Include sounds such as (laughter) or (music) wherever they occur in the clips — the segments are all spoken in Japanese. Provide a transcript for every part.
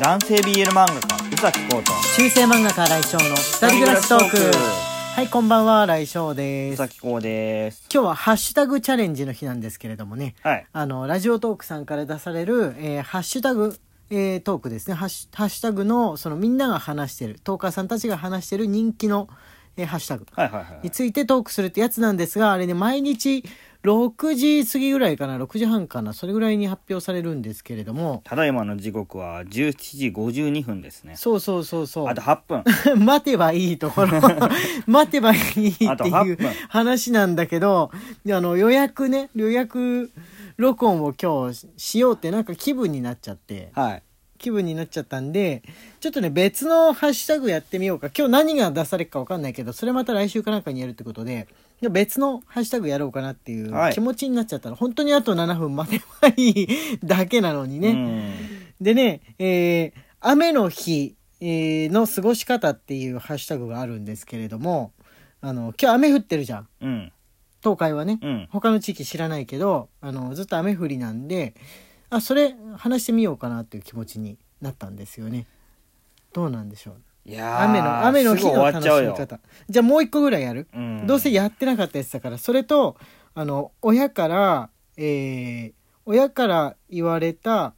男性 BL 漫画家宇崎浩と中世漫画家来翔の二人暮らしトークはいこんばんは来翔で宇す崎浩です今日はハッシュタグチャレンジの日なんですけれどもねはいあのラジオトークさんから出される、えーハッシュタグえートークですねハッシュハッシュタグのそのみんなが話してるトーカーさんたちが話してる人気の、えーハッシュタグはいはいはいについてトークするってやつなんですがあれね毎日6時過ぎぐらいかな6時半かなそれぐらいに発表されるんですけれどもただいまの時刻は17時52分ですねそうそうそうそうあと8分 (laughs) 待てばいい (laughs) ところ待てばいいってあと8いう分話なんだけどあの予約ね予約録音を今日ししようってなんか気分になっちゃってはい気分になっちゃったんでちょっとね別のハッシュタグやってみようか今日何が出されるか分かんないけどそれまた来週かなんかにやるってことでじゃあ別のハッシュタグやろうかなっていうはい気持ちになっちゃったの、本当にあと7分待てばいいだけなのにね。うんでね、えー雨の日、えーの過ごし方っていうハッシュタグがあるんですけれども、あの、今日雨降ってるじゃん。うん東海はね。うん他の地域知らないけど、あの、ずっと雨降りなんで、あ、それ話してみようかなっていう気持ちになったんですよね。どうなんでしょう。いやー雨の、雨のす日ぐの終わ楽っしちゃうみよ方。じゃあもう一個ぐらいやる、うんどうせやってなかったやつだから、それと、あの、親から、えー親から言われた、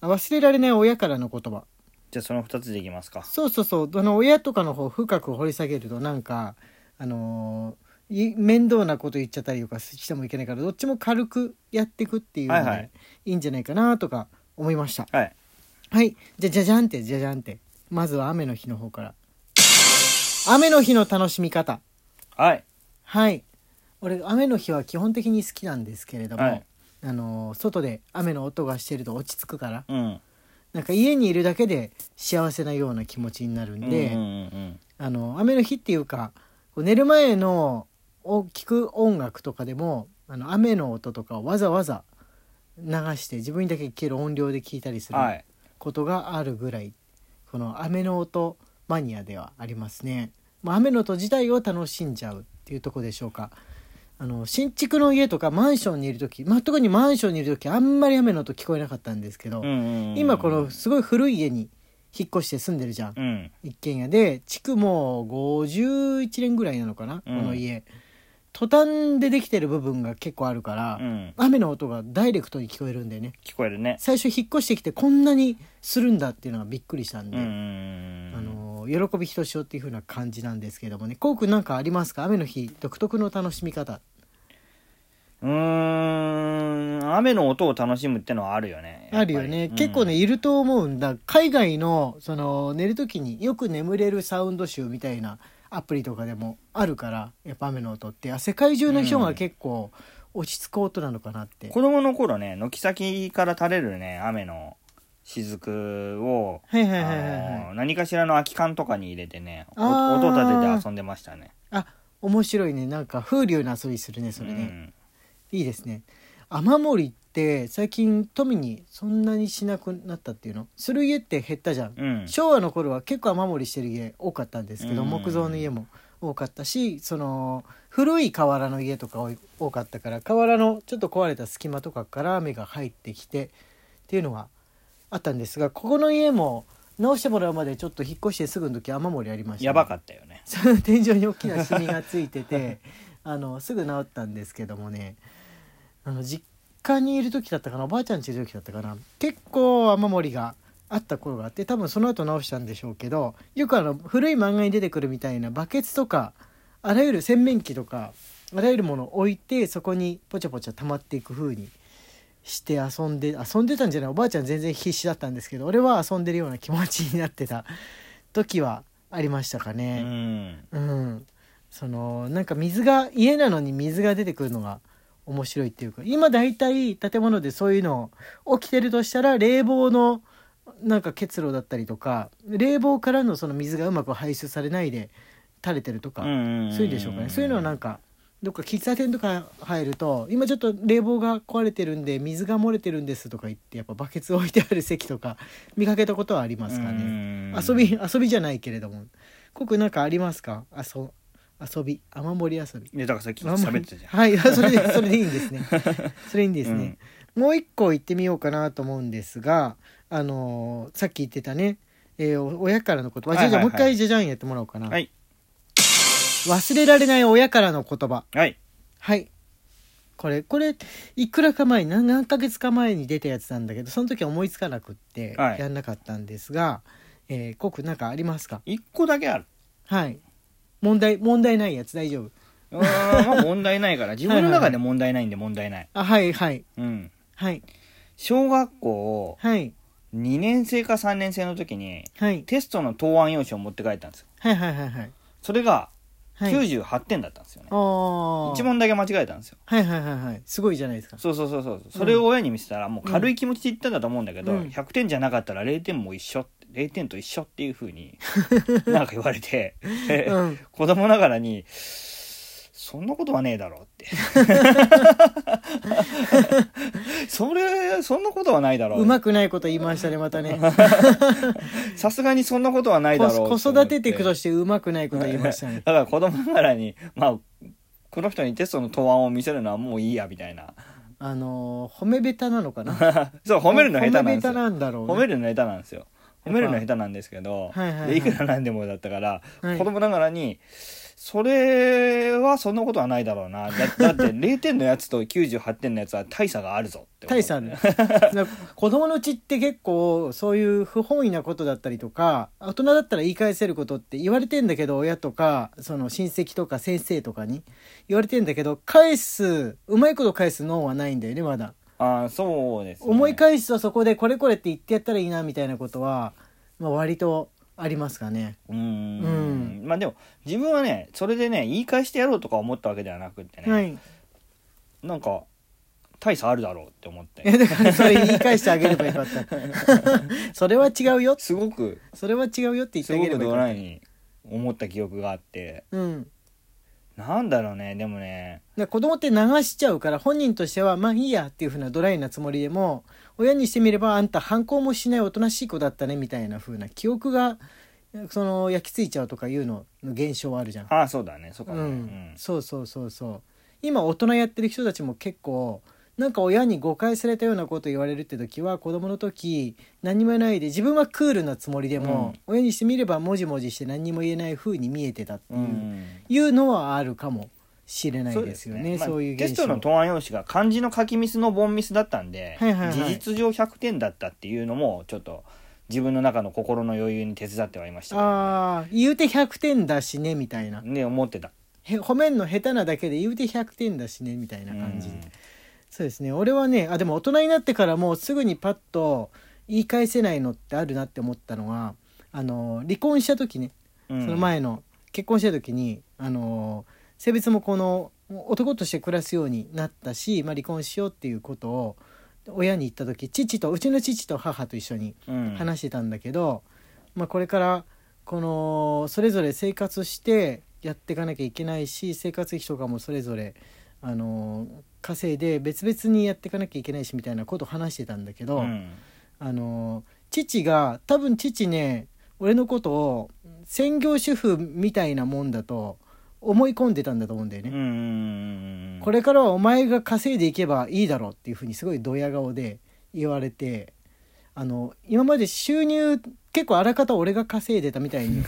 あ忘れられない親からの言葉。じゃあその2つでいきますかそうそうそうあの親とかの方深く掘り下げるとなんかあのーい面倒なこと言っちゃったりとかしてもいけないからどっちも軽くやっていくっていうのはいはでいいいんじゃないかなとか思いましたはい、はいじゃじゃじゃんってじゃじゃんってまずは雨の日の方から雨の日の楽しみ方はいはい俺雨の日は基本的に好きなんですけれども、はいあのー外で雨の音がしてると落ち着くからうんなんか家にいるだけで幸せなような気持ちになるんで、うんうんうんあの雨の日っていうかこう寝る前のを聞く音楽とかでもあの雨の音とかをわざわざ流して自分にだけ聞ける音量で聞いたりすうんるはいことがあるぐらい、この雨の音マニアではありますね。まあ、雨の音自体を楽しんじゃうっていうとこでしょうか。あの新築の家とかマンションにいる時、まあ、特にマンションにいる時あんまり雨の音聞こえなかったんですけど、うんうんうん今このすごい古い家に引っ越して住んでるじゃんう。ん一軒家で築もう51年ぐらいなのかな、うんこの家トタンでできてる部分が結構あるから、うん雨の音がダイレクトに聞こえるんだよね聞こえるね最初引っ越してきてこんなにするんだっていうのがびっくりしたんうで、んうんうんあのー喜びひとしおっていう風な感じなんですけどもねこうくんなんかありますか雨の日独特の楽しみ方うーん雨の音を楽しむってのはあるよねやっぱありるよね、うん結構ねいると思うんだ海外のその寝る時によく眠れるサウンド集みたいなアプリとかでもあるからやっぱ雨の音ってあ世界中の人が結構落ち着く音なのかなって、子供の頃ね軒先から垂れるね雨の雫をはいあはいはいはいはいの何かしらの空き缶とかに入れてねおあー音立てて遊んでましたねあ面白いねなんか風流な遊びするねそれうね、んいいですね雨漏りって最近富にそんなにしなくなったっていうのする家って減ったじゃんうん昭和の頃は結構雨漏りしてる家多かったんですけど、うん木造の家も多かったしその古い瓦の家とか多い多かったから瓦のちょっと壊れた隙間とかから雨が入ってきてっていうのがあったんですがここの家も直してもらうまでちょっと引っ越してすぐの時雨漏りありましたね、やばかったよねその天井に大きなシミがついててあのすぐ治ったんですけどもねあの実家にいる時だったかなおばあちゃん家いる時だったかな結構雨漏りがあった頃があって多分その後直したんでしょうけどよくあの古い漫画に出てくるみたいなバケツとかあらゆる洗面器とかあらゆるものを置いてそこにポチャポチャ溜まっていく風にして遊んで遊んでたんじゃないおばあちゃん全然必死だったんですけど俺は遊んでるような気持ちになってた時はありましたかうね。んうん、そのなんか水が家なのに水が出てくるのが面白いっていうか今大体建物でそういうの起きてるとしたら冷房のなんか結露だったりとか冷房からのその水がうまく排出されないで垂れてるとか、そういうんでしょうかねそういうのはなんんかどっか喫茶店とか入ると今ちょっと冷房が壊れてるんで水が漏れてるんですとか言ってやっぱバケツ置いてある席とか見かけたことはありますかね。遊び遊びじゃないけれどもコウ君なんかありますか遊遊び雨漏り遊びねだからさっき雨漏喋りってたじゃん (laughs) はいそれでそれでいいんですねそれいいんですね、もう一個行ってみようかなと思うんですが、あのーさっき言ってたね、えーお親からの言葉、はいはいはいじゃあじゃあもう一回じゃじゃんやってもらおうかな、はい忘れられない親からの言葉はいはいこれこれいくらか前に何何ヶ月か前に出たやつなんだけどその時は思いつかなくってはいやんなかったんですが、えー、コクなんかありますか一個だけあるはい問題問題ないやつ大丈うー夫んまあ問題ない (laughs) から自分の中で問題ないんで問題ないあはいはいうんはい小学校はい2年生か3年生の時にはいテストの答案用紙を持って帰ったんですよはいはいはいはいそれがはい98点だったんですよね、一ああ1問だけ間違えたんですよはいはいはいはいすごいじゃないですかそうそうそうそうそれを親に見せたらもう軽い気持ちで言ったんだと思うんだけど、うん100点じゃなかったら0点も一緒って0点と一緒っていうふう (laughs) になんか言われて、うん (laughs) 子供ながらに「そんなことはねえだろ」って (laughs) それそんなことはないだろうまくないこと言いましたねま (laughs) たねさすがにそんなことはないだろう子育てテクとししてうまくないこと言いました (laughs) ねだから子供ながらにまあこの人にテストの答案を見せるのはもういいやみたいなあのー褒め下手なのかなそう褒めるの下手なんです褒め下よ手なんだろうね褒めるの下手なんですよ褒めるの下手なんですけどはいはいはいでいくらなんでもだったから、はい子供ながらにそれはそんなことはないだろうなだだ (laughs) って0点のやつと98点のやつは大差があるぞって思う大差あるだから子供のうちって結構そういう不本意なことだったりとか大人だったら言い返せることって言われてんだけど親とかその親戚とか先生とかに言われてんだけど返すうまいこと返す脳はないんだよねまだああそうです、ね、思い返すとそこでこれこれって言ってやったらいいなみたいなことは、まあ、割とありますかねうーんまあでも自分はねそれでね言い返してやろうとか思ったわけではなくってね、はい (laughs) なんか大差あるだろうって思っいやてだからそれ言い返してあげればよかった (laughs) それは違うよすごくそれは違うよって言ってすあごげれくばよドかラっイに思った記憶があってたうんなんだろうねでもねで子供って流しちゃうから本人としてはまあいいやっていうふうなドライなつもりでも親にしてみればあんた反抗もしないおとなしい子だったねみたいなふうな記憶がその焼き付いちゃうとかいうのの現象はあるじゃん。ああそうだねそうかうね、ん、そうそうそうそう今大人やってる人たちも結構なんか親に誤解されたようなこと言われるって時は子供の時何も言えないで自分はクールなつもりでも、親にしてみればもじもじして何にも言えないふうに見えてたってういう。ん、いうのはあるかもしれないですよね。まあそういうテ現ス象。トの答案用紙が漢字の書きミスのボンミスだったんで、はいはいはい事実上100点だったっていうのもちょっと自分の中の心の余裕に手伝ってはいましたけどああ、言うて100点だしねみたいな。ねね思ってたへ褒めんの下手なだけで言うて100点だしねみたいな感じうでん。そうですね。俺はね、あでも大人になってからもうすぐにパッと言い返せないのってあるなって思ったのは、あの離婚した時ね、うんその前の結婚した時にあの性別もこの男として暮らすようになったし、まあ、離婚しようっていうことを親に言った時父とうちの父と母と一緒にうん話してたんだけど、まあ、これからこのそれぞれ生活してやっていかなきゃいけないし生活費とかもそれぞれあの稼いで別々にやっていかなきゃいけないしみたいなことを話してたんだけど、うんあの父が多分父ね俺のことを専業主婦みたいなもんだと思い込んでたんだと思うんだようね。んうんこれからはお前が稼いでいけばいいだろうっていうふうにすごいドヤ顔で言われてあの今まで収入結構あらかた俺が稼いでたみた (laughs) いに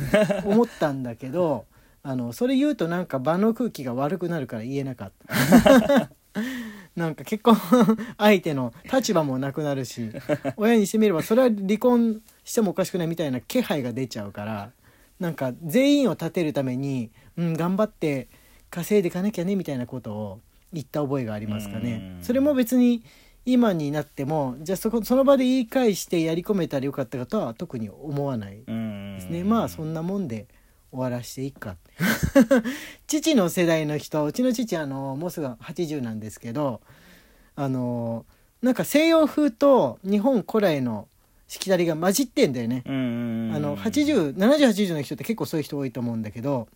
思ったんだけどあのそれ言うとなんか場の空気が悪くなるから言えなかった。なんか結婚相手の立場もなくなる (laughs) し親にしてみればそれは離婚してもおかしくないみたいな気配が出ちゃうからなんか全員を立てるために、うん、頑張って稼いでいかなきゃねみたいなことを言った覚えがありますかねう。んそれも別に今になってもじゃあそこその場で言い返してやり込めたらよかったかとは特に思わないうんですね、まあそんなもんで終わらしてい (laughs) っかって父の世代の人うちの父あのもうすぐ80なんですけどあのなんか西洋風と日本古来のしきたりが混じってんだよね。うんうんうんあの807080の人って結構そういう人多いと思うんだけど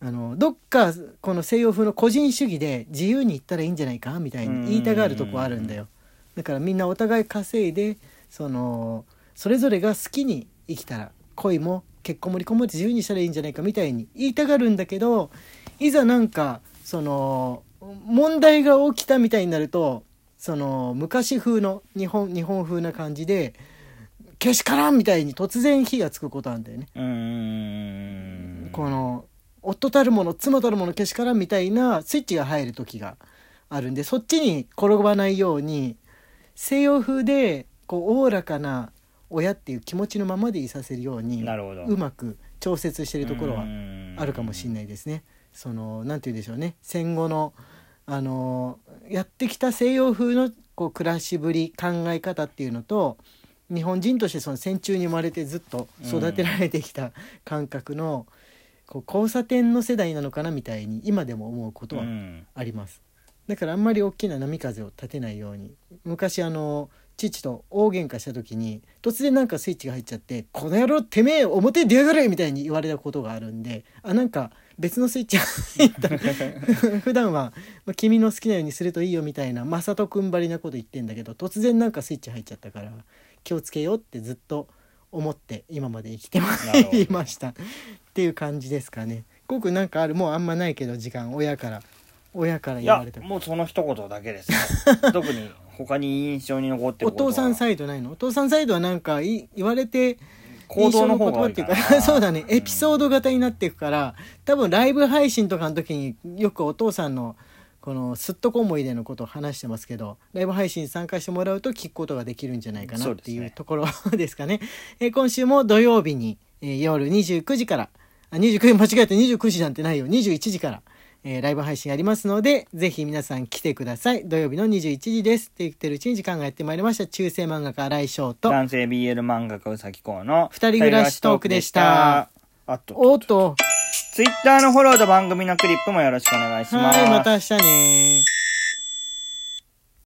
あのどっかこの西洋風の個人主義で自由に行ったらいいんじゃないかみたいに言いたがるとこあるんだよだからみんなお互い稼いでそのそれぞれが好きに生きたら恋も結婚も離婚も自由にしたらいいんじゃないかみたいに言いたがるんだけどいざなんかその問題が起きたみたいになるとその昔風の日本日本風な感じでけしからんみたいに突然火がつくことなんだよね。うーんこの夫たるもの妻たるものけしからんみたいなスイッチが入る時があるんでそっちに転ばないように西洋風でこうおおらかな親っていう気持ちのままでいさせるようになるほどうまく調節してるところはあるかもしれないないですね。そのなんて言うんでしょうね戦後のあのやってきた西洋風のこう暮らしぶり考え方っていうのと日本人としてその戦中に生まれてずっと育てられてきた感覚の、こう交差点の世代なのかなみたいに今でも思うことはうんあります。だからあんまり大きな波風を立てないように昔あの父と大喧嘩した時に突然なんかスイッチが入っちゃって「この野郎てめえ表に出やがれ!」みたいに言われたことがあるんであなんか別のスイッチが入った (laughs) 普段はまあ「君の好きなようにするといいよ」みたいな雅人君ばりなこと言ってんだけど突然なんかスイッチ入っちゃったから気をつけようってずっと思って今まで生きてまなるほど (laughs) いましたっていう感じですかね。ごくなんかあるもうあんまないけど時間親から親からい言わやれたこともうその一言だけです (laughs) ね特に他に印象に残っておることは父さんサイドないのお父さんサイドはなんかい言われて行動の方が多印象に残っいかてるから (laughs) らそうだねエピソード型になっていくから多分ライブ配信とかの時によくお父さんのこのすっとこ思い出のことを話してますけどライブ配信参加してもらうと聞くことができるんじゃないかなそっうでてすねいうところですかねえー今週も土曜日に、えー夜29時からあ29時間違えて29時なんてないよ21時から、えーライブ配信ありますのでぜひ皆さん来てください土曜日の21時ですって言ってるうちに時間がやってまいりました中世漫画家新井翔と男性 BL 漫画家うさきこうの二人暮らしトークでしたあとおっとツイッターのフォローと番組のクリップもよろしくお願いします。はいまた明日ね